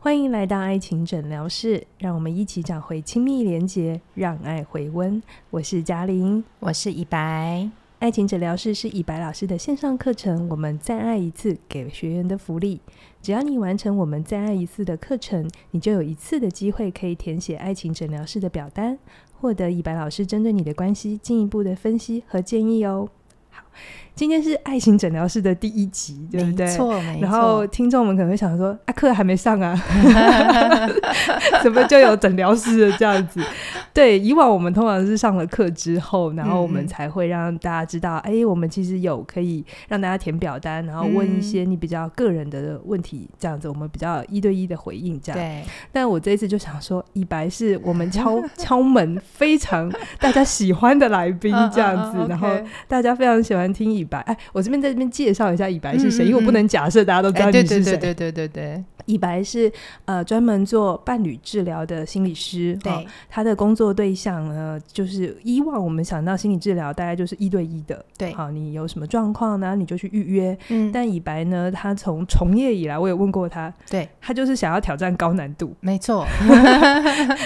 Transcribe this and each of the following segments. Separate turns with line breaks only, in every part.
欢迎来到爱情诊疗室，让我们一起找回亲密连结，让爱回温。我是嘉玲，
我是以白。
爱情诊疗室是以白老师的线上课程，我们再爱一次给学员的福利。只要你完成我们再爱一次的课程，你就有一次的机会可以填写爱情诊疗室的表单，获得以白老师针对你的关系进一步的分析和建议哦。好，今天是爱情诊疗室的第一集，对不对？
没错，没错。
然后听众们可能会想说：“啊，课还没上 啊， 怎么就有诊疗师了？”这样子，对，以往我们通常是上了课之后，然后我们
嗯嗯
才会让大家知道，哎、我们其实有可以让大家填表单，然后问一
嗯
些你比较个人的问题，这样子，我们比较一对一的回应这样。
对，
但我这一次就想说，以白是我们敲 敲门非常大家喜欢的来宾
嗯
这样子，
嗯嗯
然后
OK
大家非常喜欢听以白。哎，我这边在这边介绍一下以白是谁，
嗯嗯
因为我不
嗯
能假设大家都知道
哎，
你
对
是谁。
对对对对对对
以白是呃专门做伴侣治疗的心理师，哦
对，
他的工作对象呢，就是以往我们想到心理治疗，大概就是一对一的，
对
好，你有什么状况呢，你就去预约。
嗯，
但以白呢，他从从业以来，我也问过他，
对，
他就是想要挑战高难度，
没错，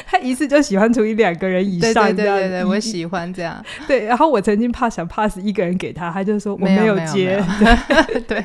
他一次就喜欢处理两个人以
对
上，
对对
这样
对对，我
一
喜欢 这样，
对。然后我曾经怕想 pass 一个人给他，他就说我
没有
有
没有
接。
对，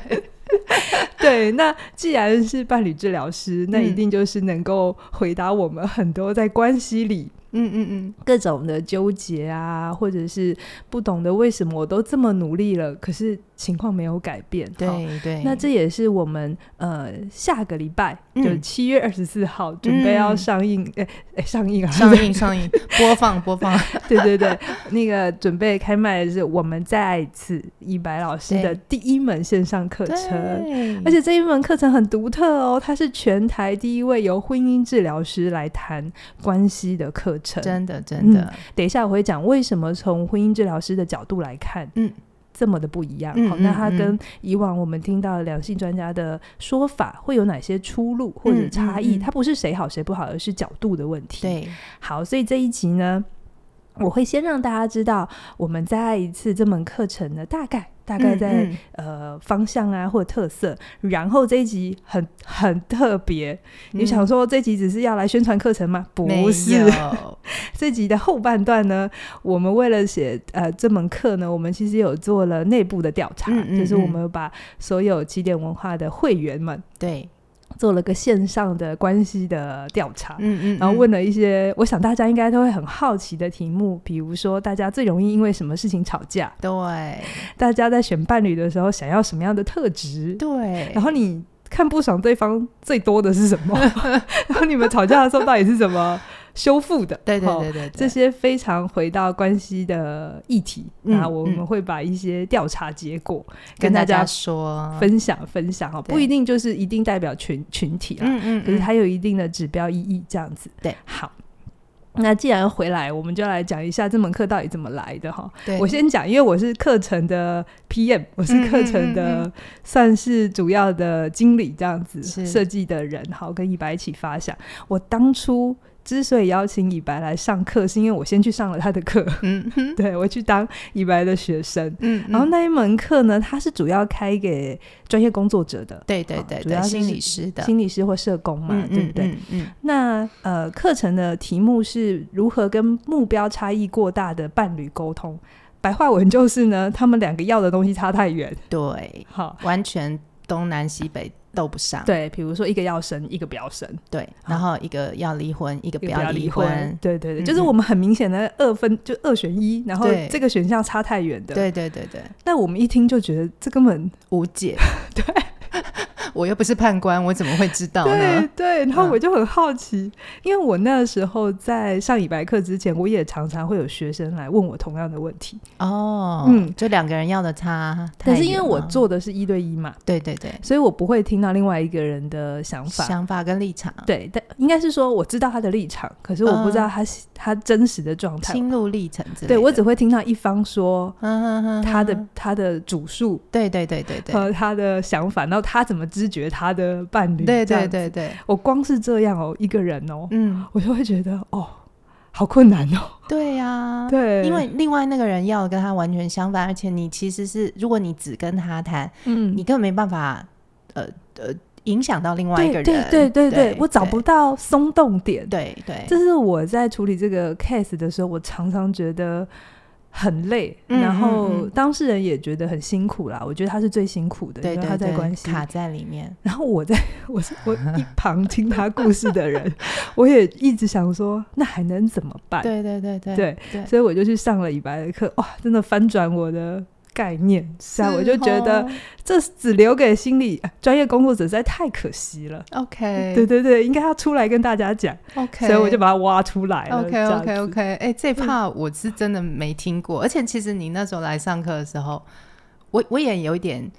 对，那既然是伴侣治疗师，那一
嗯
定就是能够回答我们很多在关系里
嗯嗯嗯，
各种的纠结啊，或者是不懂得为什么我都这么努力了，可是情况没有改变。好。
对对，
那这也是我们呃下个礼拜、
嗯
就七月二十四号准备要
嗯
上映，哎、哎上映啊，
上映上映，播放播放，
对对对，那个准备开卖的是我们再爱一次以白老师的第一门线上课程，
对，
而且这一门课程很独特哦，它是全台第一位由婚姻治疗师来谈关系的课程。
真的
嗯
真的，
等一下我会讲为什么从婚姻治疗师的角度来看，
嗯。
这么的不一样，
嗯
好，那
嗯
它跟
嗯
以往我们听到的两性专家的说法会有哪些出入或者
嗯
差异？
嗯嗯
它不是谁好谁不好，而是角度的问题。
对，
好，所以这一集呢，我会先让大家知道我们再爱一次这门课程的大概。大概
嗯
在、
嗯
呃方向啊或者特色，然后这一集很很特别。你想说这集只是要来宣传课程吗？
嗯没
不是，
有
这集的后半段呢，我们为了写呃这门课呢，我们其实有做了内部的调查，
嗯嗯
就是我
嗯
们把所有起点文化的会员们
对，
做了个线上的关系的调查。
嗯嗯，
然后
嗯
问了一些，我想大家应该都会很好奇的题目，比如说大家最容易因为什么事情吵架，
对
大家在选伴侣的时候想要什么样的特质，
对，
然后你看不爽对方最多的是什 么，然后你们吵架的时候到底是怎么修复的？
对
哦
对对对，
这些非常回到关系的议题，
嗯
那我们
嗯
会把一些调查结果
跟
大家
说，
分享分享哈，
对
不一定就是一定代表群群体啊啦，
嗯嗯，
可是
嗯
它有一定的指标意义，这样子。
对，
好。那既然回来，我们就来讲一下这门课到底怎么来的哈。
对
我先讲，因为我是课程的 PM，我是课程
嗯嗯嗯
的算是主要的经理这样子
是
设计的人，好跟以白一起发想。我当初之所以邀请以白来上课，是因为我先去上了他的课，
嗯 嗯
对我去当以白的学生。
嗯，
然后
嗯
那一门课呢，它是主要开给专业工作者的，
对对
好
对
主
对，
要
心
是
理师的，
心理师或社工嘛，
嗯
对不对？？
嗯嗯
那呃，课程的题目是如何跟目标差异过大的伴侣沟通。白话文就是呢，他们两个要的东西差太远。
嗯，对，
好，
完全东南西北斗不上，
对，比如说一个要生，一个不要生，
对，
好
然后一个要离婚，一个
一
不
个不
要
要离
婚，
对对对，
嗯
就是我们很明显的二分，就二选一，然后
对
这个选项差太远的。，
对对对对，
但我们一听就觉得这根本
无 解，对。我又不是判官，我怎么会知道哦呢
对？对，然后
嗯
我就很好奇，因为我那时候在上以白课之前，我也常常会有学生来问我同样的问题，
哦，
嗯
就两个人要的差
可
太远了，
是因为我做的是一对一嘛，
对对对
所以我不会听到另外一个人的想法。
想法跟立场，
对，但应该是说我知道他的立场，可是我不知道他、他真实的状态。
嗯心路历程之类的，
对我只会听到一方说
嗯哼哼哼
他的、
哼
他的主诉
对对对对对，
和他的想法，然后他怎么知觉他的伴侣。
对
这样子，
对对对，
我光是这样哦，一个人哦，
嗯，
我就会觉得哦，好困难哦。
对呀，
对，
嗯因为另外那个人要的跟他完全相反，而且你其实是，如果你只跟他谈，
嗯
你根本没办法，呃呃，影响到另外一个
对
人。
对对对对，我找不
对
到松动点。
对对，
这是我在处理这个 case 的时候，我常常觉得很累，
嗯
然
嗯
后
嗯
当事人也觉得很辛苦啦。我觉得他是最辛苦的，
对
因
对
为他在
对
关系
卡在里面。
然后我在 我是我一旁听他故事的 人，我也一直想说，那还能怎么办？
对对对对
对
对
所以我就去上了以白的课，哇，真的翻转我的概念，是啊，我就觉
哦
得这只留给心理啊专业工作者实在太可惜了。
哦 OK，
对对对，应该要出来跟大家讲
OK，
所以我就把它挖出嗯来了。这
OK
样
OK
子
OK，哎、这怕我是真的没听过，而且其实你那时候来上课的时候，我我也有一点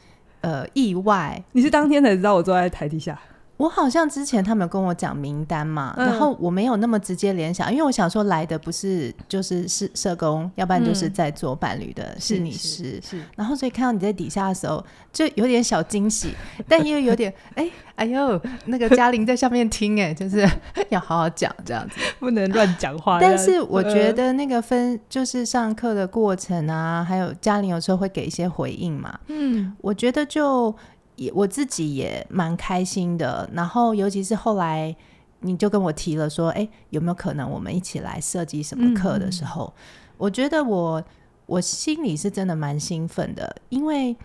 呃意外，
你是当天才知道我坐在台底下，
我好像之前他们有跟我讲名单嘛，
嗯
然后我没有那么直接联想，因为我想说来的不是就是是社工，要不然就是
嗯
在做伴侣的心理师。
是
然后，所以看到你在底下的时候，就有点小惊 喜，但又有点哎、哎呦，那个嘉玲在下面听哎、就是要好好讲这样子。
不能乱讲话。
但是我觉
呃
得那个分就是上课的过程啊，还有嘉玲有时候会给一些回应嘛，
嗯，
我觉得就也我自己也蛮开心的。然后尤其是后来你就跟我提了说，哎，有没有可能我们一起来设计什么课的时候，我觉得我我心里是真的蛮兴奋的，因为。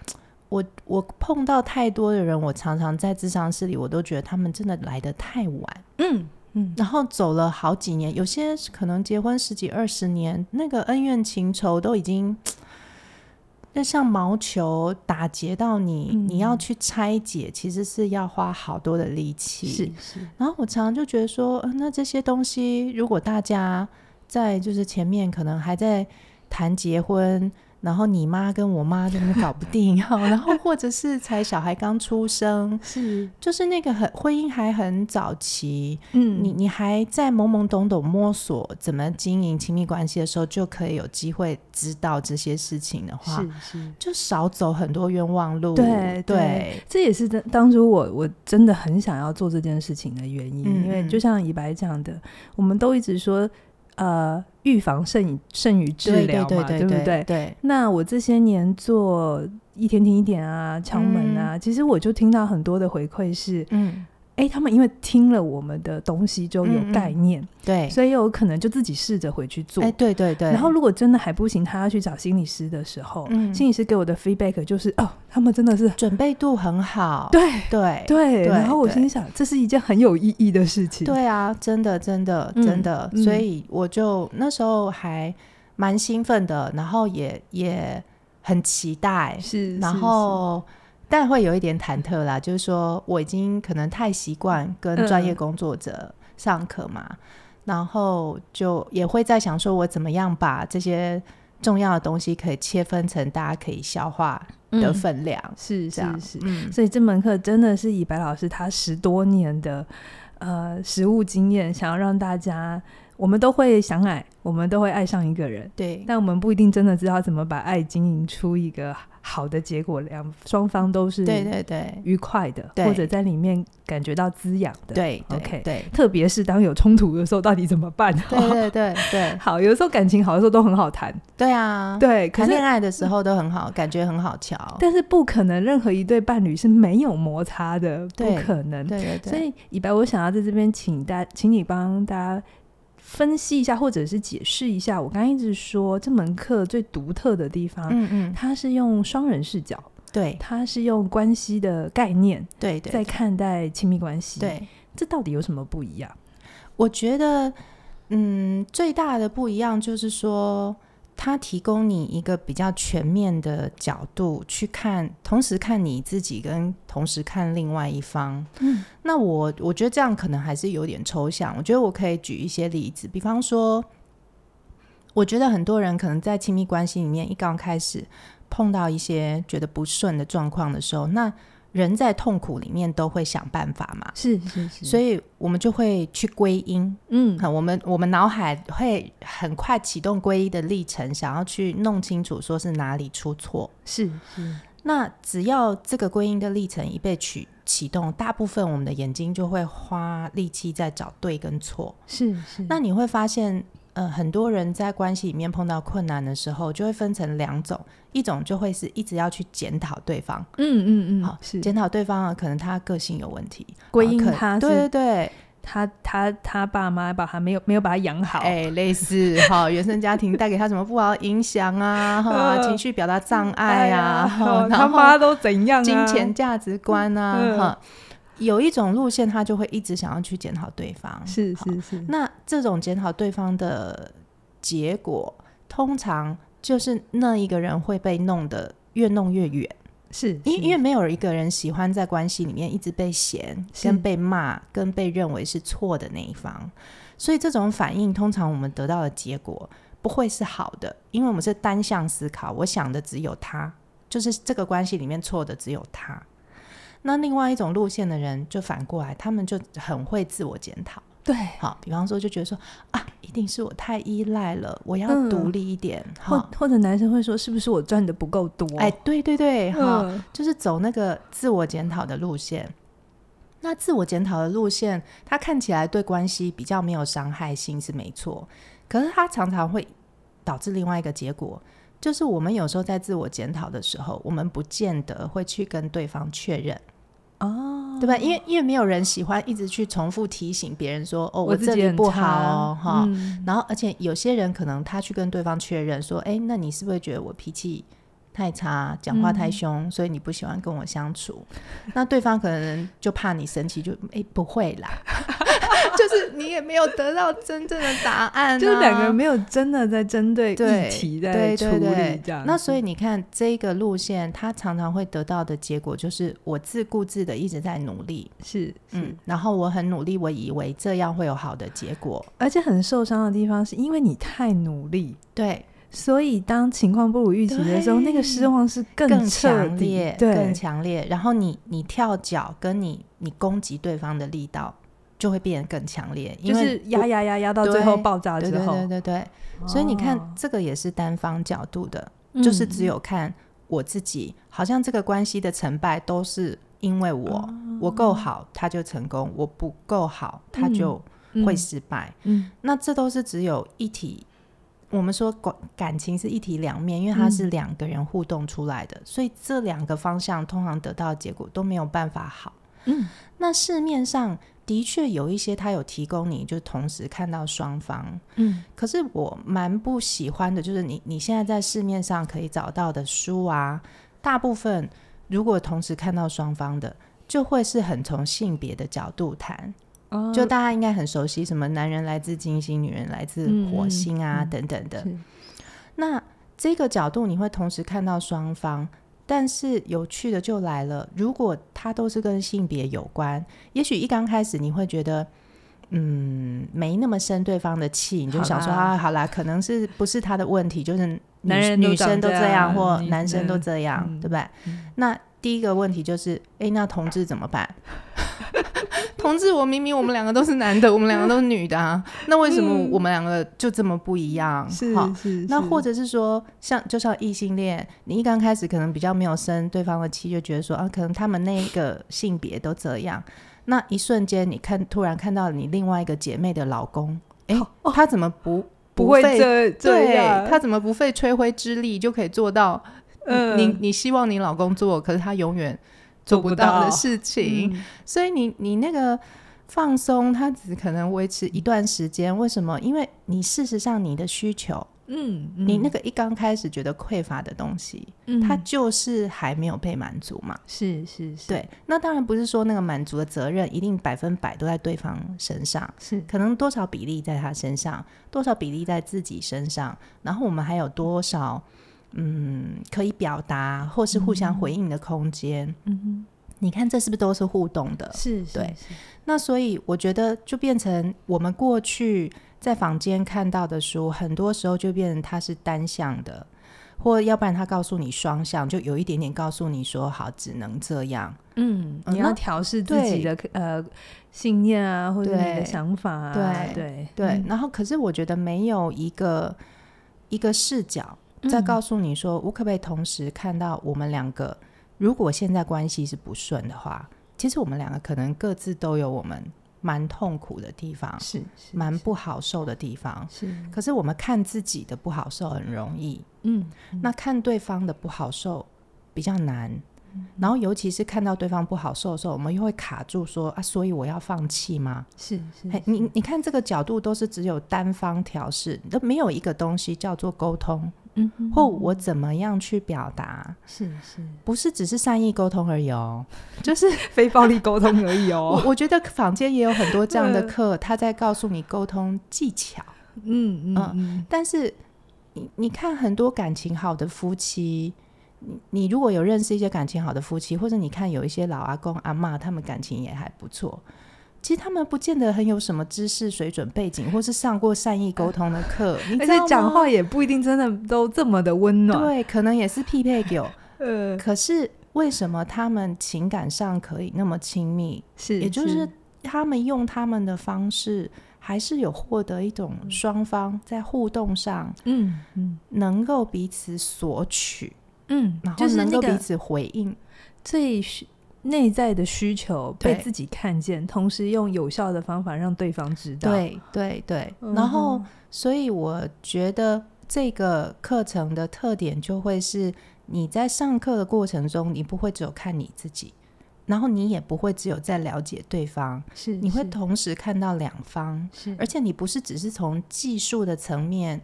我我碰到太多的人，我常常在智商室里，我都觉得他们真的来的太晚，
嗯嗯，
然后走了好几年，有些可能结婚十几二十年，那个恩怨情仇都已经那像毛球打结到你，
嗯
你要去拆解，其实是要花好多的力气。
是是，
然后我常常就觉得说，呃那这些东西，如果大家在就是前面可能还在谈结婚，然后你妈跟我妈在那边搞不定， 然后或者是才小孩刚出生，
是，
就是那个很婚姻还很早期，
嗯
你你还在懵懵懂懂摸索怎么经营亲密关系的时候，就可以有机会知道这些事情的话，
是是，
就少走很多冤枉路。
对
对，
这也是当当初我我真的很想要做这件事情的原因，
嗯
因为
嗯
就像以白讲的，我们都一直说，呃，预防胜于胜于治疗嘛，
对对
不
对
对？
对
那我这些年做一天听一点啊、敲门啊，其实我就听到很多的回馈是，
嗯，
哎，他们因为听了我们的东西就有
嗯嗯
概念，
对，
所以有可能就自己试着回去做。
哎，对对对，
然后如果真的还不行，他要去找心理师的时候，
嗯
心理师给我的 feedback 就是哦，他们真的是
准备度很好，
对
对
对。
对
然后我
对
心想，这是一件很有意义的事情。
对啊，真的真的
嗯
真的，
嗯
所以我就那时候还蛮兴奋的，然后也也很期待，
是，是，
然后但会有一点忐忑啦，就是说我已经可能太习惯跟专业
嗯
工作者上课嘛，然后就也会在想说我怎么样把这些重要的东西可以切分成大家可以消化
是
的
嗯
分量，
是
这样
是是。
嗯
所以这门课真的是以白老师他十多年的呃实务经验，想要让大家，我们都会相爱，我们都会爱上一个人，
对
但我们不一定真的知道怎么把爱经营出一个好的结果，两双方都是
对对对
愉快的，
对
或者在里面感觉到滋养的。
对对
OK
对
特别是当有冲突的时候，到底怎么办？
对对对 对
好，有的时候感情好的时候都很好谈，
对啊！
对，可
谈
是嗯
恋爱的时候都很好，感觉很好瞧。
但是不可能任何一对伴侣是没有摩擦的，不
对
可能。
对对对，
所以以白，我想要在这边请大，请你帮大家分析一下，或者是解释一下，我刚刚一直说这门课最独特的地方，
嗯嗯，
它是用双人视角，
对
它是用关系的概念
对对
在看待亲密关系，，
对。
这到底有什么不一样？
我觉得，嗯，最大的不一样就是说，它提供你一个比较全面的角度去看，同时看你自己跟同时看另外一方。
嗯，
那我我觉得这样可能还是有点抽象。我觉得我可以举一些例子，比方说，我觉得很多人可能在亲密关系里面一刚开始碰到一些觉得不顺的状况的时候，那人在痛苦里面都会想办法嘛。
是是是
所
以
以我们就会去归因，
嗯
好，我们我们脑海会很快启动皈依的历程，想要去弄清楚说是哪里出错。
是是
那只要这个皈依的历程一被启启动，大部分我们的眼睛就会花力气在找对跟错。
是是，
那你会发现，呃，很多人在关系里面碰到困难的时候，就会分成两种，一种就会是一直要去检讨对方，
嗯嗯嗯，
好
是
检讨对方啊，可能他个性有问题，
归因
啊可
他是
对对对，
他他他爸妈把他没有没有把他养好，
哎、类似哈，原生家庭带给他什么不好的影响啊，哈，
呃
情绪表达障
哎
碍
呀，
啊，哈
哦
然
他
后
妈都怎样啊？
金钱价值观啊，
嗯
哈、有一种路线，他就会一直想要去检讨对方。
是
好
是是，
那这种检讨对方的结果，通常就是那一个人会被弄得越弄越远，
是
因因为
为
没有一个人喜欢在关系里面一直被嫌、
是
跟被骂、跟被认为是错的那一方，所以这种反应通常我们得到的结果不会是好的，因为我们是单向思考，我想的只有他，就是这个关系里面错的只有他。那另外一种路线的人就反过来，他们就很会自我检讨。
对，
好，比方说就觉得说啊，一定是我太依赖了，我要
嗯
独立一点
或
哈。
或者男生会说是不是我赚的不够多？
哎，对对对，哈，
嗯，
就是走那个自我检讨的路线。那自我检讨的路线，它看起来对关系比较没有伤害性是没错，可是它常常会导致另外一个结果，就是我们有时候在自我检讨的时候，我们不见得会去跟对方确认，
哦，
对吧？因为因为没有人喜欢一直去重复提醒别人说，哦，
我自
这
己
里
很
不
差
好哦，哈、
嗯
然后，而且有些人可能他去跟对方确认说：“哎，那你是不是觉得我脾气太差，讲话太凶，所以你不喜欢跟我相处？” 那对方可能就怕你生气，就哎不会啦， 就是你也没有得到真正的答案、啊，
就是两个人没有真的在针对
对
议题在
对
处
对
理
对
这样子，
那所以你看，这个路线它常常会得到的结果就是我自顾自的一直在努力，
是是
嗯，，然后我很努力，我以为这样会有好的结果，
而且很受伤的地方是因为你太努力，
对。
所以当情况不如预期的时候，
对
那个失望是
更
彻
强
底
烈，，
对
更，强烈。然后你你跳脚跟你你攻击对方的力道就会变得更强烈，因
就
为
是压压压压到最后
对
爆炸
对
之
对
后，
对对对。所以你看
哦，嗯
这个也是单方角度的，就是只有看我自己，好像这个关系的成败都是因为我，
哦
我够好他就成功，我不够好他就会失败。
嗯
那这都是只有一体。我们说感感情是一体两面，因为它
嗯
是两个人互动出来的，所以这两个方向通常得到的结果都没有办法好。
嗯
那市面上的确有一些，它有提供你就同时看到双方，
嗯
可是我蛮不喜欢的，就是你你现在在市面上可以找到的书啊，大部分如果同时看到双方的，就会是很从性别的角度谈。
哦
就大家应该很熟悉，什么男人来自金星，女人来自火星啊、
嗯嗯嗯
等等的。
是
那这个角度你会同时看到双方，但是有趣的就来了，如果它都是跟性别有关，也许一刚开始你会觉得。嗯，没那么生对方的气，你就想说
好啦
啊，好啦，可能是不是他的问题，就是女
男人都
女生都
长这
这样，
样
或
女
男生都
嗯
这样，
嗯
对吧？
嗯
那第一个问题就是，诶，那同志怎么办？同志，我明明我们两个都是男的，我们两个都是女 的啊，那为什么我们两个就这么不一样？
嗯是
好
是，
那
是
或者是说，像就像异性恋，你一刚开始可能比较没有生对方的气，就觉得说啊，可能他们那个性别都这样。那一瞬间，你看突然看到你另外一个姐妹的老公，哎、他怎么不
哦不会
费
这这
对
样，
他怎么不费吹灰之力就可以做到？
嗯
你你希望你老公做，可是他永远做不到的事情。
嗯
所以你你那个放松，它只可能维持一段时间。为什么？因为你事实上你的需求，
嗯，嗯
你那个一刚开始觉得匮乏的东西，
嗯
它就是还没有被满足嘛。
是是是，
对，那当然不是说那个满足的责任一定百分百都在对方身上，
是
可能多少比例在他身上，多少比例在自己身上，然后我们还有多少嗯可以表达或是互相回应的空间。
嗯
你看这是不是都是互动的
哼，？是是
对
是
那所以我觉得就变成我们过去在坊间看到的书，很多时候就变成它是单向的，或要不然他告诉你双向，就有一点点告诉你说好只能这样。
嗯，
嗯
你要
那
调试自己的呃信念啊，或者你的
对
想法啊，
对
对
对，
嗯
然后可是我觉得没有一个一个视角在
嗯
告诉你说，我可不可以同时看到我们两个，如果现在关系是不顺的话，其实我们两个可能各自都有我们蛮痛苦的地方，
是是
蛮不好受的地方。
是，
可是我们看自己的不好受很容易，
嗯，
那看对方的不好受比较难。
嗯
然后，尤其是看到对方不好受的时候，我们又会卡住说啊，所以我要放弃吗？
是是
嘿，你你看这个角度都是只有单方调试，都没有一个东西叫做沟通，
嗯，
或我怎么样去表达，
是是
不是只是善意沟通而已哦。
就是非暴力沟通而已
我
哦。
我觉得坊间也有很多这样的
嗯
课，他在告诉你沟通技巧，
嗯嗯嗯，
但是你你看很多感情好的夫妻。你你如果有认识一些感情好的夫妻，或者你看有一些老阿公阿嬷，他们感情也还不错，其实他们不见得很有什么知识水准背景，或是上过善意沟通的 课，你
而
知道
且
吗
讲话也不一定真的都这么的温暖。
对，可能也是匹配 狗。
呃，
可是为什么他们情感上可以那么亲密？
是，
也就是他们用他们的方式，还是有获得一种双方在互动上
嗯嗯
能够彼此索取，
嗯
然，后
就是
能
那
够彼
个
此回应。
最需内在的需求被
对
自己看见，同时用有效的方法让对方知道。，嗯
对对对，然后所以我觉得这个课程的特点就会是你在上课的过程中，你不会只有看你自己，然后你也不会只有在了解对方，
是
你会
是
同时看到两方，
是
而且你不是只是从技术的层面，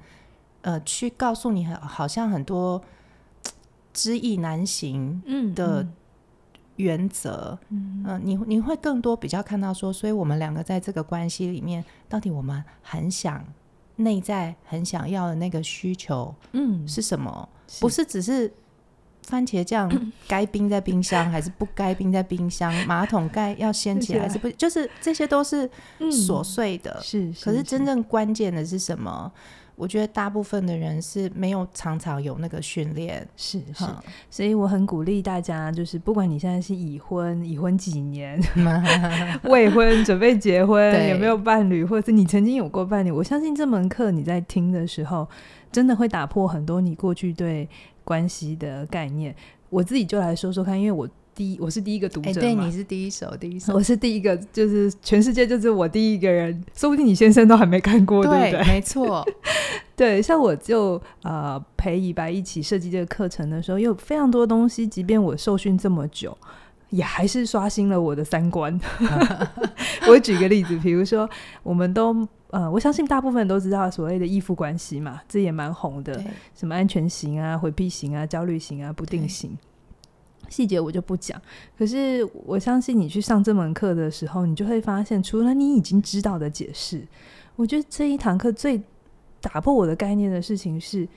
呃，去告诉你很好像很多嘖知易难行
嗯
的
嗯
原则，嗯、你你会更多比较看到说，所以我们两个在这个关系里面，到底我们很想内在很想要的那个需求
嗯
是什么？不是只是番 茄酱该冰在冰箱，还是不该冰在冰箱？马桶盖要掀起来，还是不？就是这些都是
嗯
琐碎的。
是，
可是真正关键的是什么？我觉得大部分的人是没有常常有那个训练。
是是，
哈
所以我很鼓励大家，就是不管你现在是已婚、已婚几 年、未婚、准备结婚，
对
有没有伴侣，或者是你曾经有过伴侣，我相信这门课你在听的时候，真的会打破很多你过去对关系的概念。我自己就来说说看，因为我第一我是第一个读
哎、
者
对，
嘛
你是第一手，第一 手。
我是第一个，就是全世界就是我第一个人，说不定你先生都还没看过，对不对？
没错，
对，像我就呃陪以白一起设计这个课程的时候，有非常多东西，即便我受训这么久，也还是刷新了我的三观。 我举个例子，比如说，我们都呃，我相信大部分人都知道所谓的依附关系嘛，这也蛮红的。
对
什么安全型啊、回避型啊、焦虑型啊、不定
对
型，细节我就不讲。可是我相信你去上这门课的时候，你就会发现，除了你已经知道的解释，我觉得这一堂课最打破我的概念的事情是。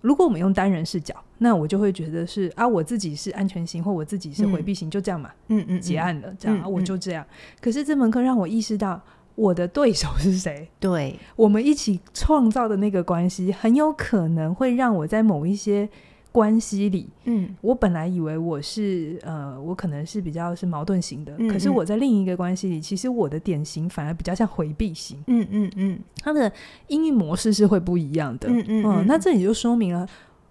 如果我们用单人视角，那我就会觉得是啊，我自己是安全型，或我自己是回避型，就这样嘛，
嗯嗯，
结
嗯
案了，这样、啊
嗯
我
嗯
就这样。可是这门课让我意识到，我的对手是谁，
对，
我们一起创造的那个关系，很有可能会让我在某一些关系里，
嗯，
我本来以为我是呃，我可能是比较是矛盾型的，
嗯
可是
嗯
我在另一个关系里，其实我的典型反而比较像回避型，
嗯嗯嗯
它的应运模式是会不一样的。
嗯嗯嗯，
那这里就说明了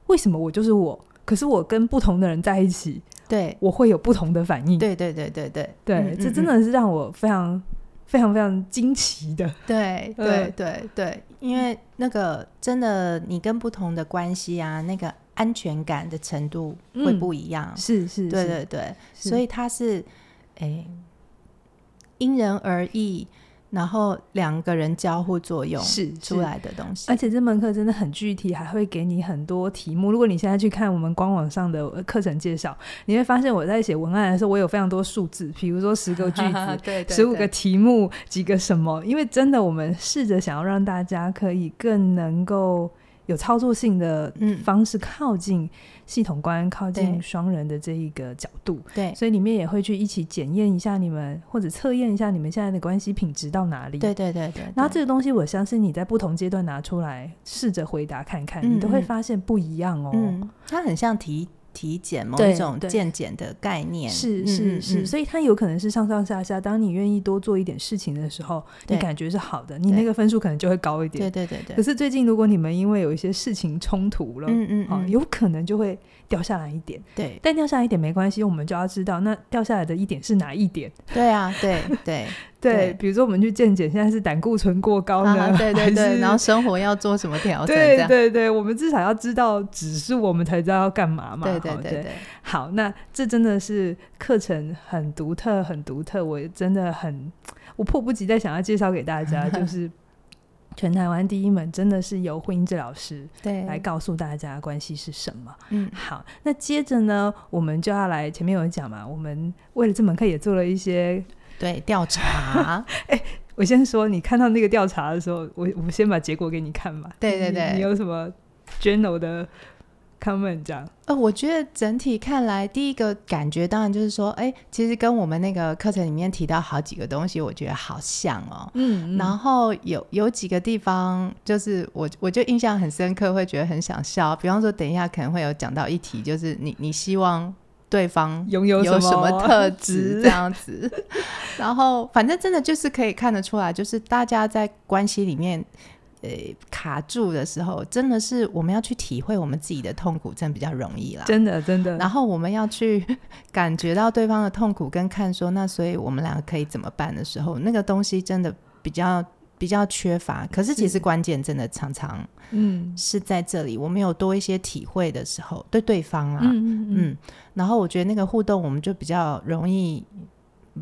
为什么我就是我，可是我跟不同的人在一起，
对
我会有不同的反应。
对对对对对
对，
嗯
这
嗯
真的是让我非常非常非常惊奇的。
对
呃
对对对，因为那个真的，你跟不同的关系啊，那个安全感的程度会
嗯
不一样。
是是，
对
是，
对对，
是
所以它是诶、因人而异，然后两个人交互作用
是
出
是
来的东西
而。且这门课真的很具体，还会给你很多题目。如果你现在去看我们官网上的呃课程介绍，你会发现我在写文案的时候，我有非常多数字，比如说十个句子、
对 对
十五个
对
题目、几个什么。因为真的，我们试着想要让大家可以更能够有操作性的
嗯
方式靠近系统观、靠近
对
双人的这一个角度，
对
所以里面也会去一起检验一下你们，或者测验一下你们现在的关系品质到哪里。
对对对对，
然后
对
这个东西，我相信你在不同阶段拿出来试着回答看看，你
嗯
都会
嗯
发现不一样哦。
嗯，它很像体体检某
对
一种
对
健检的概念，
是
嗯
是
嗯
是，
嗯
所以它有可能是上上下下。当你愿意多做一点事情的时候，你
对
感觉是好的，你
对
那个分数可能就会高一
对
点。
对对对
可，是最近如果你们因为有一些事情冲突了，
嗯嗯
啊，
嗯，
有可能就会掉下来一点，
对
但掉下来一点没关系，我们就要知道那掉下来的一点是哪一点。
对啊，对对
对，
对
比如说我们去健检，现在是胆固醇过高呢，
啊对对
还
对，
是
然后生活要做什么调整哦这
对
样，
对对，我们至少要知道指数，我们才知道要干嘛嘛。
对
哈
对对对，
好，那这真的是课程很独特，很独特，我真的很，我迫不及待想要介绍给大 家，就是全台湾第一门，真的是由婚姻治疗师
对
来告诉大家关系是什么。
嗯
好，那接着呢，我们就要来前面有讲嘛，我们为了这门课也做了一些。
对调查，
我先说，你看到那个调查的时候，我我先把结果给你看吧。
对对
你
对
你有什么 general 的 comment 这样？
呃，我觉得整体看来，第一个感觉当然就是说，哎，其实跟我们那个课程里面提到好几个东西，我觉得好像哦。
嗯
然后有有几个地方，就是我我就印象很深刻，会觉得很想笑。比方说，等一下可能会有讲到一题，就是你你希望对方
拥有
有
什
什么特质
质
这样子。 然后反正真的就是可以看得出来，就是大家在关系里面。呃，卡住的时候，真的是我们要去体会我们自己的痛苦，真的比较容易啦。
真的真的，
然后我们要去 感觉到对方的痛苦，跟看说，那所以我们两个可以怎么办的时候，那个东西真的比较比较缺乏。可是其
是
实关键真的常常
嗯
是在这里，我们有多一些体会的时候，对对方啦，
嗯嗯嗯，
嗯，然后我觉得那个互动，我们就比较容易，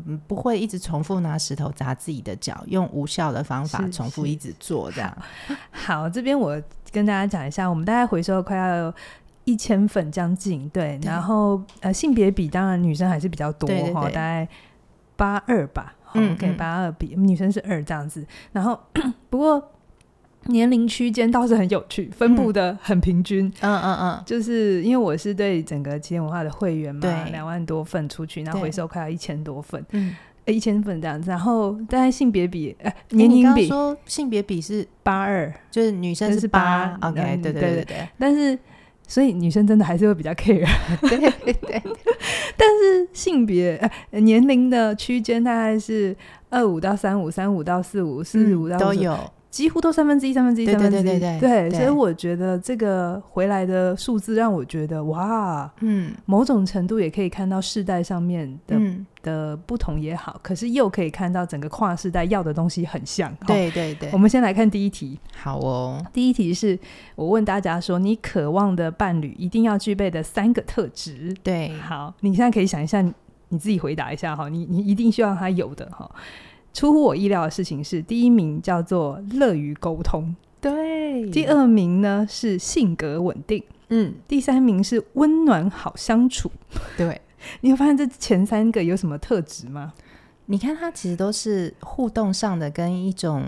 嗯，不会一直重复拿石头砸自己的脚，用无效的方法
是
重复
是
一直做 这样。
好，这边我跟大家讲一下，我们大概回收了快要。一千粉将近，对，
对
然后呃，性别比当然女生还是比较多
对对
哈，
对
大概八二吧、
嗯
o k
嗯
八二比女生是二这样子，然后 不过年龄区间倒是很有趣，分布的很平均，
嗯嗯嗯，
就是因为我是对整个起点文化的会员嘛，
对
两万多份出去，然后
对
回收快要一千多份，
嗯，
呃一千份这样子，然后大概性别比呃
诶
年
你
龄
刚刚
比
说性别比是
八二，
就是女生
就是是
八
八
，OK，
嗯
对对
对
对对
但是所以女生真的还是会比较 care
对对对，
性别呃年龄的区间大概是二五到三五，三五到四五，四五到
嗯都
55，
有，
几乎都三分之一，三分之一，
对
三
对
分之一，
对对对对
所以我觉得这个回来的数字让我觉得哇，
嗯
某种程度也可以看到世代上面的、
嗯，
的不同也好，可是又可以看到整个跨世代要的东西很像。哈，
对对对
我，们先来看第一题。
好哦，
第一题是我问大家说，你渴望的伴侣一定要具备的三个特质。
对，
好，你现在可以想一下，你自己回答一下哈。你你一定希望他有的哈。出乎我意料的事情是，第一名叫做乐于沟通，
对
第，二名呢是性格稳定，
嗯，
第三名是温暖好相处。
对，
你有发现这前三个有什么特质吗？
你看它其实都是互动上的跟一种。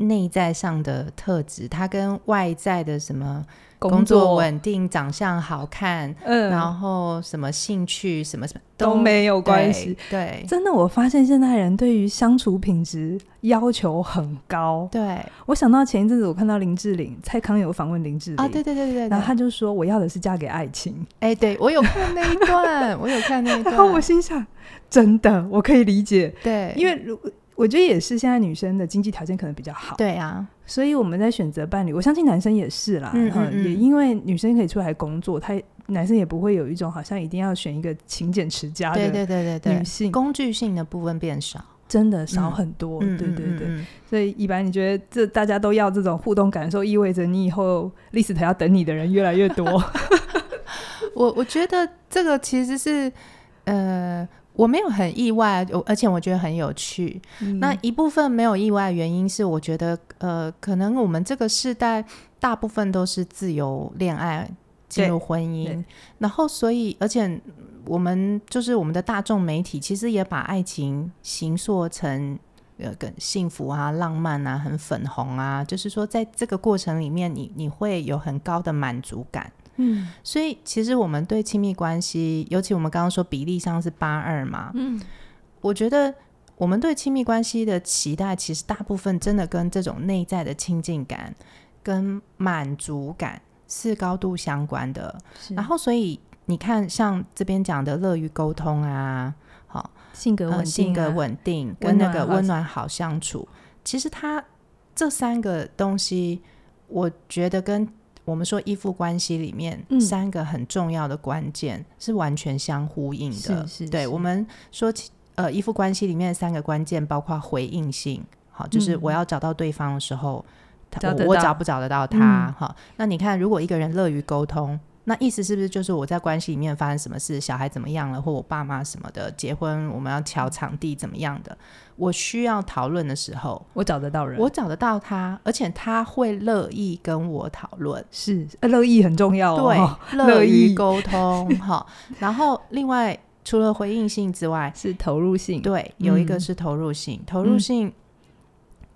内在上的特质，它跟外在的什么工作稳定、长相好看，
嗯，
然后什么兴趣什么什么
都没有
有
关系。，
对
真的，我发现现代人对于相处品质要求很高。
对
我想到前一阵子我看到林志玲，蔡康永访问林志玲
啊，对对对对对，
然后他就说我要的是嫁给爱情，
哎，对我有看那一段，我有看那一段，
然后我心想，真的我可以理解，
对，
因为如我觉得也是现在女生的经济条件可能比较好，
对啊，
所以我们在选择伴侣，我相信男生也是啦，
嗯
嗯
嗯嗯
也因为女生可以出来工作，他男生也不会有一种好像一定要选一个勤俭持家
对
的
对对对对
女，性，
工具性的部分变少。
真的少
嗯
很多，
嗯，
对对对。
嗯，嗯
所以，一般你觉得这大家都要这种互动感受，意味着你以后 list 要等你的人越来 越多。
嗯我我觉得这个其实是，呃，我没有很意外，我而且我觉得很有趣。
嗯
那嗯一部分没有意外，原因是我觉得，呃，可能我们这个世代大部分都是自由恋爱进入婚姻
对，
然后所以，而且我们就是我们的大众媒体，其实也把爱情形塑成。呃，更幸福啊，浪漫啊，很粉红啊，就是说，在这个过程里面你你会有很高的满足感，
嗯
所以其实我们对亲密关系，尤其我们刚刚说比例上是八二嘛，
嗯，
我觉得我们对亲密关系的期待，其实大部分真的跟这种内在的亲近感、跟满足感是高度相关的。
是
然后，所以你看，像这边讲的乐于沟通啊，好、
性格
呃
稳定、啊
性格稳定，跟
温
那
暖
个
好
温暖好相处，其实它这三个东西，我觉得跟我们说依附关系里面、
嗯
三个很重要的关键是完全相呼应的。
是是
对
是
我们说起呃依附关系里面的三个关键包括回应性，好，就是
嗯
我要找到对方的时候，他
找得
我我
到
找不找得到
嗯
他？好，那你看，如果一个人乐于沟通。那意思是不是就是我在关系里面发生什么事，小孩怎么样了，或我爸妈什么的，结婚我们要瞧场地怎么样的，我需要讨论的时候，
我找得到人，
我找得到他，而且他会乐意跟我讨论，
是呃乐意很重要 哦，
对，
乐
乐于
意
沟通哈。然后另外除了回应性之外，
是投入性，
对，有一个
嗯
是投入性，投入
嗯
性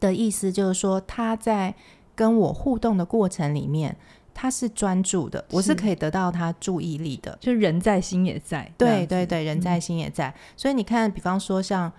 的意思就是说他在跟我互动的过程里面，他是专注的，我
是
是可以得到他注意力的。
就人在心也在，这样
对
子
对，对，人在
嗯
心也在。所以你看，比方说像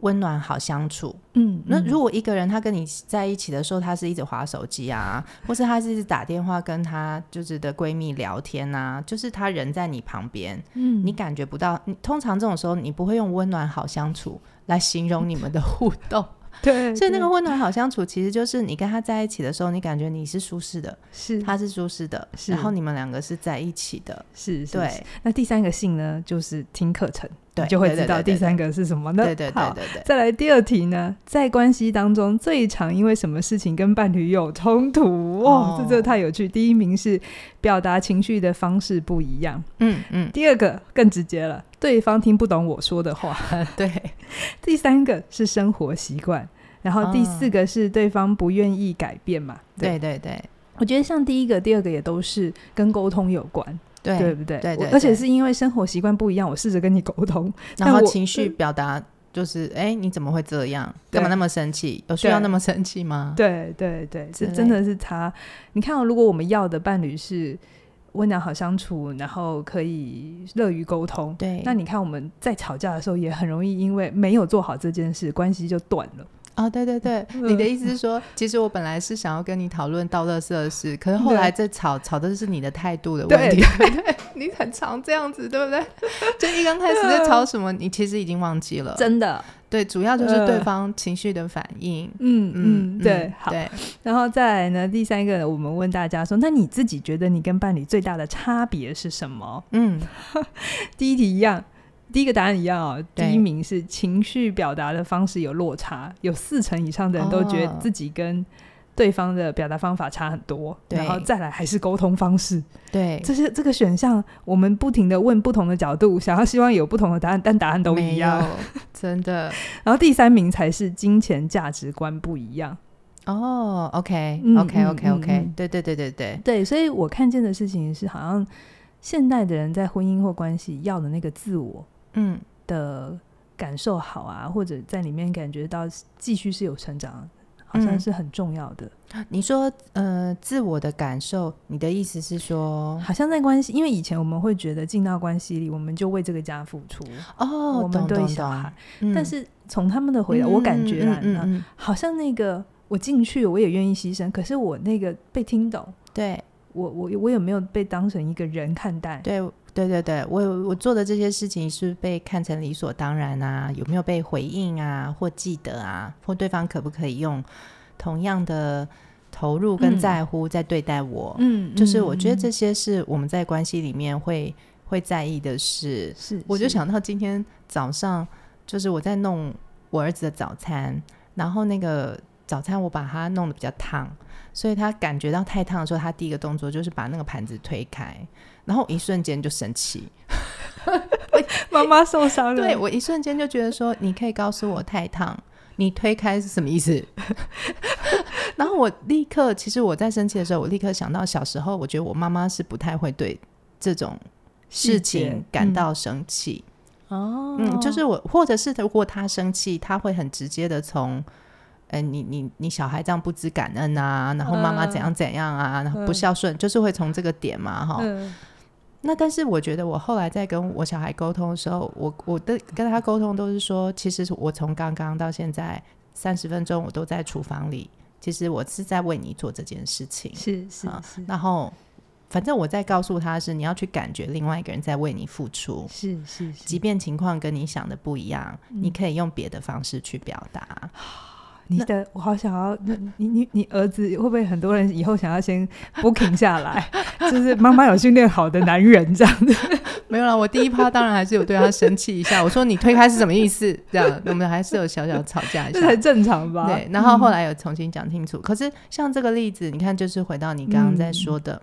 温暖好相处，
嗯，
那
嗯
如果一个人他跟你在一起的时候，他是一直划手机啊，或是他是一直打电话跟他就是的闺蜜聊天啊，就是他人在你旁边，
嗯
你感觉不到。你通常这种时候，你不会用温暖好相处来形容你们的互动，
对，
所以那个
对
温暖好相处其实就是你跟他在一起的时候，你感觉你是舒适的，
是
他是舒适的，
是
然后你们两个是在一起的，
是是
对
那第三个性呢，就是听课程，
对
你就会
对对
知道
对对
第三个是什么呢？
对对对
好
对对。
再来第二题呢，在关系当中最常因为什么事情跟伴侣有冲突？哦，
哦
这真的太有趣。第一名是表达情绪的方式不一样，
嗯 嗯，
第二个更直接了，对方听不懂我说的话，
对，
第三个是生活习惯，然
啊
后第四个是对方不愿意改变嘛。
对对对
我觉得像第一个、第二个也都是跟沟通有关，
对
对不对？
对对
我而且
对嗯
是因为生活习惯不一样，我试着跟你沟通，
然
但
后
我嗯
情绪表达就是，哎、你怎么会这样？
对
干嘛那么生气？有需要那么生气吗？
对对对，这
之类
真的是他。你看、哦，如果我们要的伴侣是温良好相处，然后可以乐于沟通，
对
那你看我们在吵架的时候，也很容易因为没有做好这件事，关系就断了。
哦，对对对，
嗯
你的意思是说，其实我本来是想要跟你讨论倒垃圾的事，可是后来这吵吵的是你的态度的问题。对对，你很常这样子，对不对？ 就一刚开始在吵什么，你其实已经忘记了。
真的，
对，主要就是对
呃
方情绪的反应。
嗯嗯，对，
嗯
好。
对，
然后再来呢，第三个呢，我们问大家说，那你自己觉得你跟伴侣最大的差别是什么？
嗯，
第一题一样。第一个答案一样哦，第
对
一名是情绪表达的方式有落差，有四成以上的人都觉得
哦
自己跟对方的表达方法差很多，
对
然后再来还是沟通方式，
对，
这些这个选项我们不停的问不同的角度，想要希望有不同的答案，但答案都
没
一样。
有，真的。
然后第三名才是金钱价值观不一样，嗯嗯
哦
嗯
，OK，OK，OK，OK，
嗯
对对对对对，
对，所以我看见的事情是，好像现代的人在婚姻或关系要的那个自我
嗯，
的感受好啊，或者在里面感觉到继续是有成长，好像
嗯
是很重要的。
你说，呃，自我的感受，你的意思是说，
好像在关系，因为以前我们会觉得进到关系里，我们就为这个家付出，
哦，
我们
懂嗯
对
懂
小
懂
孩。。但是从他们的回答，我感觉啊，
嗯嗯嗯嗯
好像那个我进去我也愿意牺牲，可是我那个被听懂，
对
我我我有没有被当成一个人看待？
对对对对，我有我做的这些事情是被看成理所当然啊，有没有被回应啊，或记得啊，或对方可不可以用同样的投入
嗯
跟在乎在对待我？
嗯，
就是
嗯
我觉得
嗯
这些是我们在关系里面会会在意的事。
嗯是，
我就是想到今天早上，就是我在弄我儿子的早餐，然后那个早餐我把它弄得比较烫，所以他感觉到太烫的时候，他第一个动作就是把那个盘子推开，然后我一瞬间就生气，
妈妈受伤了，
对我一瞬间就觉得说，你可以告诉我太烫。你推开是什么意思？ 然后我立刻，其实我在生气的时候，我立刻想到小时候，我觉得我妈妈是不太会对这种
细
事
节
情感到生气，
哦，
嗯，就是我，或者是如果他生气，他会很直接的从，呃，你你你小孩这样不知感恩啊，然后妈妈怎样怎样啊，然后不
嗯
孝顺，就是会从这个点嘛，哈。
嗯
那但是我觉得我后来在跟我小孩沟通的时候，我我的跟他沟通都是说，其实我从刚刚到现在三十分钟，我都在厨房里，其实我是在为你做这件事情，
是是
啊
是
然后。反正我在告诉他是你要去感觉另外一个人在为你付出，
是是
即
是，
嗯便情况跟你想的不一样，你可以用别的方式去表达。
你的我好想要，你你你你儿子会不会很多人以后想要先 booking 下 来，就是妈妈有训练好的男人这样子，
没有啦，我第一趴当然还是有对他生气一下，我说你推开是什么意思？这样我们还是有小小吵架一
这
下。
才正常吧？
对，然后后来有重新讲清楚。可是像这个例子，你看，就是回到你刚刚在说的，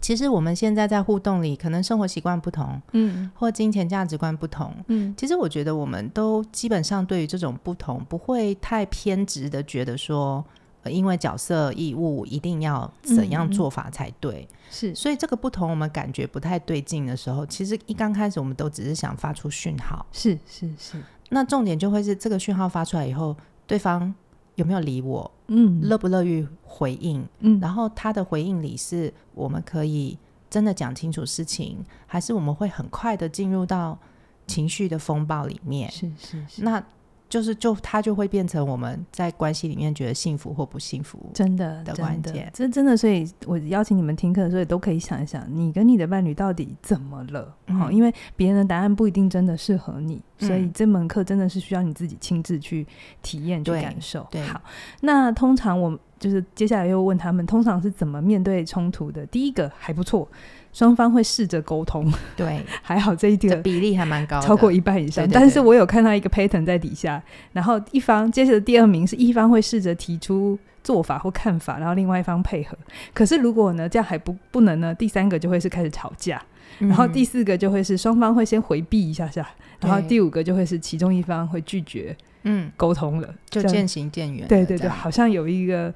其实我们现在在互动里，可能生活习惯不同，
嗯
或金钱价值观不同。
嗯
其实我觉得我们都基本上对于这种不同，不会太偏执的觉得说。呃因为角色义务一定要怎样
嗯嗯
做法才对，
是
所以这个不同我们感觉不太对劲的时候，其实一刚开始我们都只是想发出讯号，
是是是，
那重点就会是这个讯号发出来以后，对方有没有理我，
嗯
乐不乐于回应，
嗯
然后他的回应里是我们可以真的讲清楚事情，还是我们会很快的进入到情绪的风暴里面？
是是是，
那就是就他就会变成我们在关系里面觉得幸福或不幸福。
真的
的
真
关
的
键
这真的，所以我邀请你们听课的时候，也都可以想一想，你跟你的伴侣到底怎么了？好、
嗯
因为别人的答案不一定真的适合你，所以
嗯
这门课真的是需要你自己亲自去体验、去
对
感受。
对
好，那通常我们就是接下来又问他们，通常是怎么面对冲突的？第一个还不错，双方会试着沟通，
对，
还好这一
这
点
比例还蛮高 的，
超过一半以上。
对对
但是
对
我有看到一个 pattern 在底下，然后一方接着第二名是一方会试着提出做法或看法，然后另外一方配合。可是如果呢这样还不不能呢，第三个就会是开始吵架，
嗯，
然后第四个就会是双方会先回避一下下，然后
对
第五个就会是其中一方会拒绝
嗯
沟通了，
就
这样
渐行渐远了。
对对
这
对，
样
好像有一个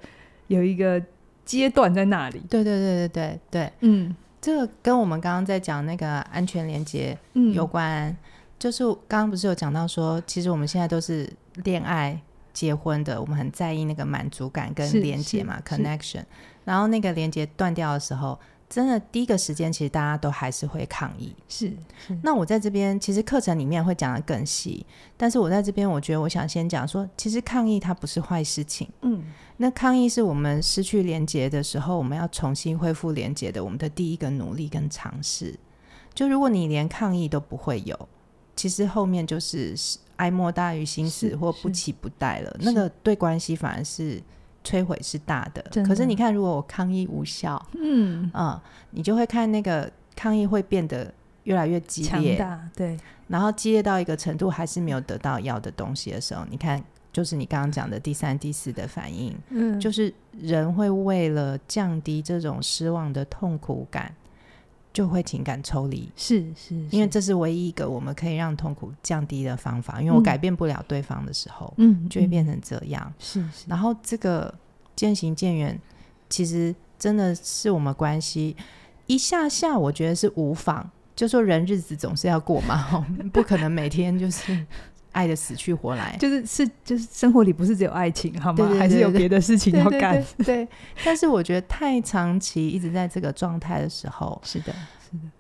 有一个阶段在那里。
对对对对对对，
嗯
这个跟我们刚刚在讲那个安全连接
嗯
有关，就是刚刚不是有讲到说，其实我们现在都是恋爱、结婚的，我们很在意那个满足感跟
是
连接嘛
是
，connection。然后那个连接断掉的时候，真的第一个时间，其实大家都还是会抗议。
是
那我在这边，其实课程里面会讲的更细，但是我在这边，我觉得我想先讲说，其实抗议它不是坏事情。
嗯
那抗议是我们失去连接的时候，我们要重新恢复连接的我们的第一个努力跟尝试。就如果你连抗议都不会有，其实后面就是哀莫大于心
是
死或不
是
期不待了。
是
那个对关系反而是摧毁是大的。
真的
可是你看，如果我抗议无 效，
嗯，
嗯，你就会看那个抗议会变得越来越激
强
烈，
大对
然后激烈到一个程度，还是没有得到要的东西的时候，你看，就是你刚刚讲的第三、第四的反应。
嗯
就是人会为了降低这种失望的痛苦感，就会情感抽离，
是是，
因为
是
这是唯一一个我们可以让痛苦降低的方法。因为我
嗯
改变不了对方的时候，
嗯
就会
嗯
变成这样。
是是
然后这个渐行渐远，其实真的是我们关系一下下，我觉得是无妨。就说人日子总是要过嘛， 吼不可能每天就是爱的死去活来。
就是是就是生活里不是只有爱情好吗？
对对对
还是有
对对
别的事情
对
要
对
干。
对对，但是我觉得太长期一直在这个状态的时候，
是的，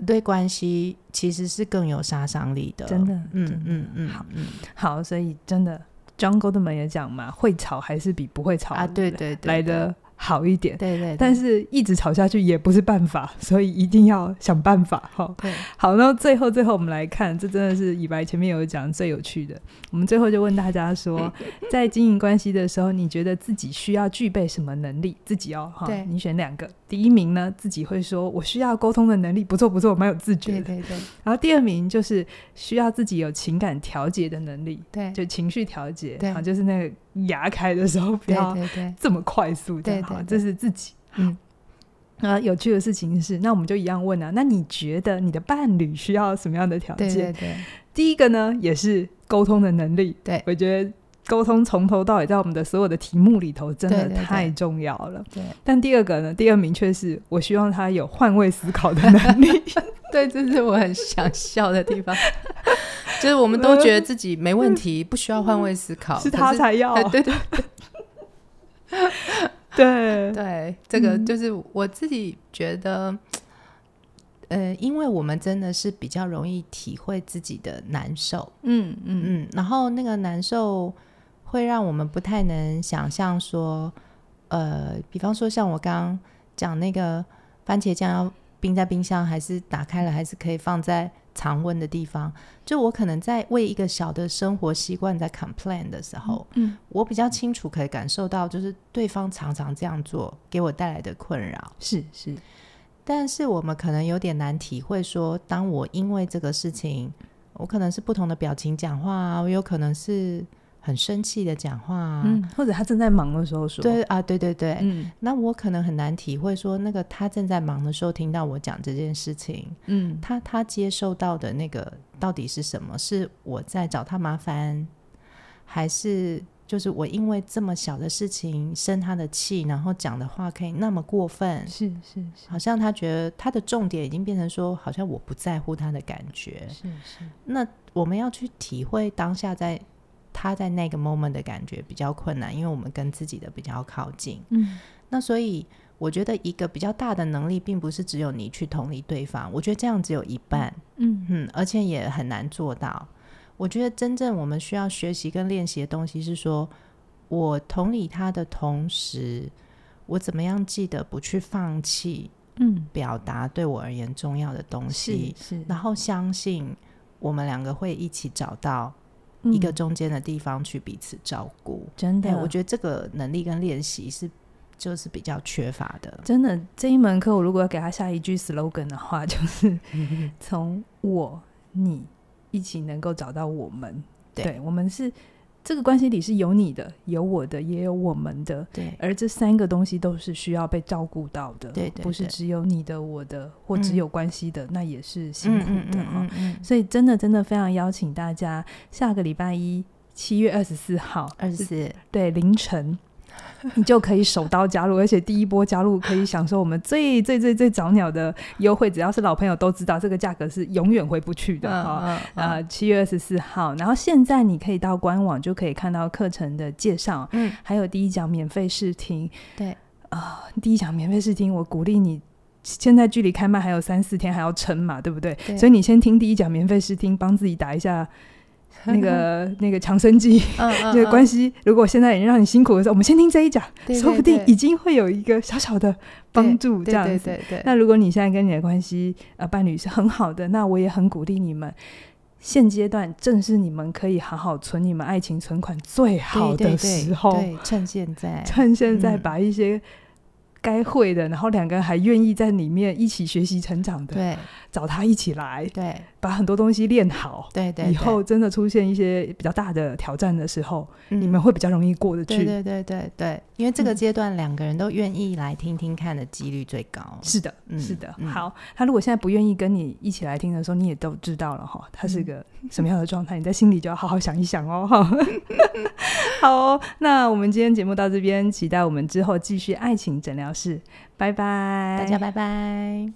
对关系其实是更有杀伤力的。
真的真的
嗯嗯嗯，
好
嗯
好，所以真的，John Goldman 也讲嘛，会吵还是比不会吵
啊，对对对，
来的好一点。
对，对对，
但
是
是一直吵下去也不是办法，所以一定要想办法哈。
对，
好，那最后最后我们来看，这真的是以白前面有讲最有趣的。我们最后就问大家 说，在经营关系的时候，你觉得自己需要具备什么能力？自己哦，哈
对，
你选两个。第一名呢，自己会说我需要沟通的能力，不错不错，蛮有自觉的
对。对对
然后第二名就是需要自己有情感调节的能力，
对，
就情绪调节，
对
啊，就是那个牙开的时候不
对
要
对对，
这么快速，这样
对对
好，
对
这是自己。
嗯
啊，有趣的事情是，那我们就一样问啊，那你觉得你的伴侣需要什么样的条
对
件？
对对
第一个呢，也是沟通的能力。
对
我觉得沟通从头到尾在我们的所有的题目里头真的
对对对
太重要了。
对
但第二个呢，第二名却是我希望他有换位思考的能 力。
对，这是我很想笑的地方， 就是我们都觉得自己没问题，不需要换位思考，
是
可呃
他才哦要。啊
对对对
对
对，这个
嗯
就是我自己觉得，呃，因为我们真的是比较容易体会自己的难受，
嗯嗯
嗯，然后那个难受会让我们不太能想象说，呃，比方说像我刚刚讲那个番茄酱要冰在冰箱，还是打开了，还是可以放在常温的地方。就我可能在为一个小的生活习惯在 complain 的时候，
嗯，
我比较清楚可以感受到，就是对方常常这样做给我带来的困扰。
是是，
但是我们可能有点难体会说，当我因为这个事情，我可能是不同的表情讲话啊，我有可能是很生气的讲话啊。
嗯，或者他正在忙的时候说，，
对啊，对对对，
嗯
那我可能很难体会说，那个他正在忙的时候听到我讲这件事情，
嗯，
他他接受到的那个到底是什么？是我在找他麻烦，还是就是我因为这么小的事情生他的气，然后讲的话可以那么过分？
是是是
好像他觉得他的重点已经变成说，好像我不在乎他的感觉。
是是，
那我们要去体会当下在他在那个 moment 的感觉比较困难，因为我们跟自己的比较靠近。
嗯
那所以我觉得一个比较大的能力，并不是只有你去同理对方，我觉得这样只有一半，
嗯
嗯，而且也很难做到。我觉得真正我们需要学习跟练习的东西是说，我同理他的同时，我怎么样记得不去放弃
嗯，
表达对我而言重要的东
是
西，
是，
然后相信我们两个会一起找到一个
嗯
中间的地方去彼此照顾。
真
对，
的，
我觉得这个能力跟练习是就是比较缺 乏的。
真的这一门课，我如果要给他下一句 slogan 的话，就是从我你一起能够找到我们。
对
我们是这个关系里是有你的，有我的，也有我们的，
对
而这三个东西都是需要被照顾到的。
对对
不是
对
只有你的、我的，或
嗯
只有关系的，那也是辛苦的哈。
嗯嗯
所以真的真的非常邀请大家，下个礼拜一。七月二十四号，
二十四，
对凌晨， 你就可以手刀加入，而且第一波加入可以享受我们最最最最早鸟的优惠，只要是老朋友都知道，这个价格是永远回不去
嗯
的哈。呃，七月二十四号，然后现在你可以到官网就可以看到课程的介绍，
嗯，
还有第一讲免费试听。
对
啊、第一讲免费试听，我鼓励你，现在距离开卖还有三四天，还要撑嘛，对不对？
对
所以你先听第一讲免费试听，帮自己打一下那 个那个强身剂。
嗯嗯
这个关
系，
系，如果现在已经让你辛苦的时候，我们先听这一讲，
对
说
对
不定
对
已经会有一个小小的帮助，这
对
样
对
子。
对对，
那如果你现在跟你的关系呃伴侣是很好的，那我也很鼓励你们，现阶段正是你们可以好好存你们爱情存款最好
对
的
对对
时候，
对，趁 现在，
趁现在
嗯
把一些该会的，然后两个人还愿意在里面一起学习成长的，
对
找他一起来，
对
把很多东西练好。
对对，
以后真的出现一些比较大的挑战的时候，
你
你们。会比较容易过得去。
嗯对对对对对，因为这个
嗯
阶段两个人都愿意来听听看的几率最高。
是的，
嗯
是的。
嗯
好，他如果现在不愿意跟你一起来听的时候，你也都知道了哈，他是个
嗯
什么样的状态，你在心里就要好好想一想哦。 哈好哦，那我们今天节目到这边，期待我们之后继续爱情诊疗室，拜拜，
大家拜拜。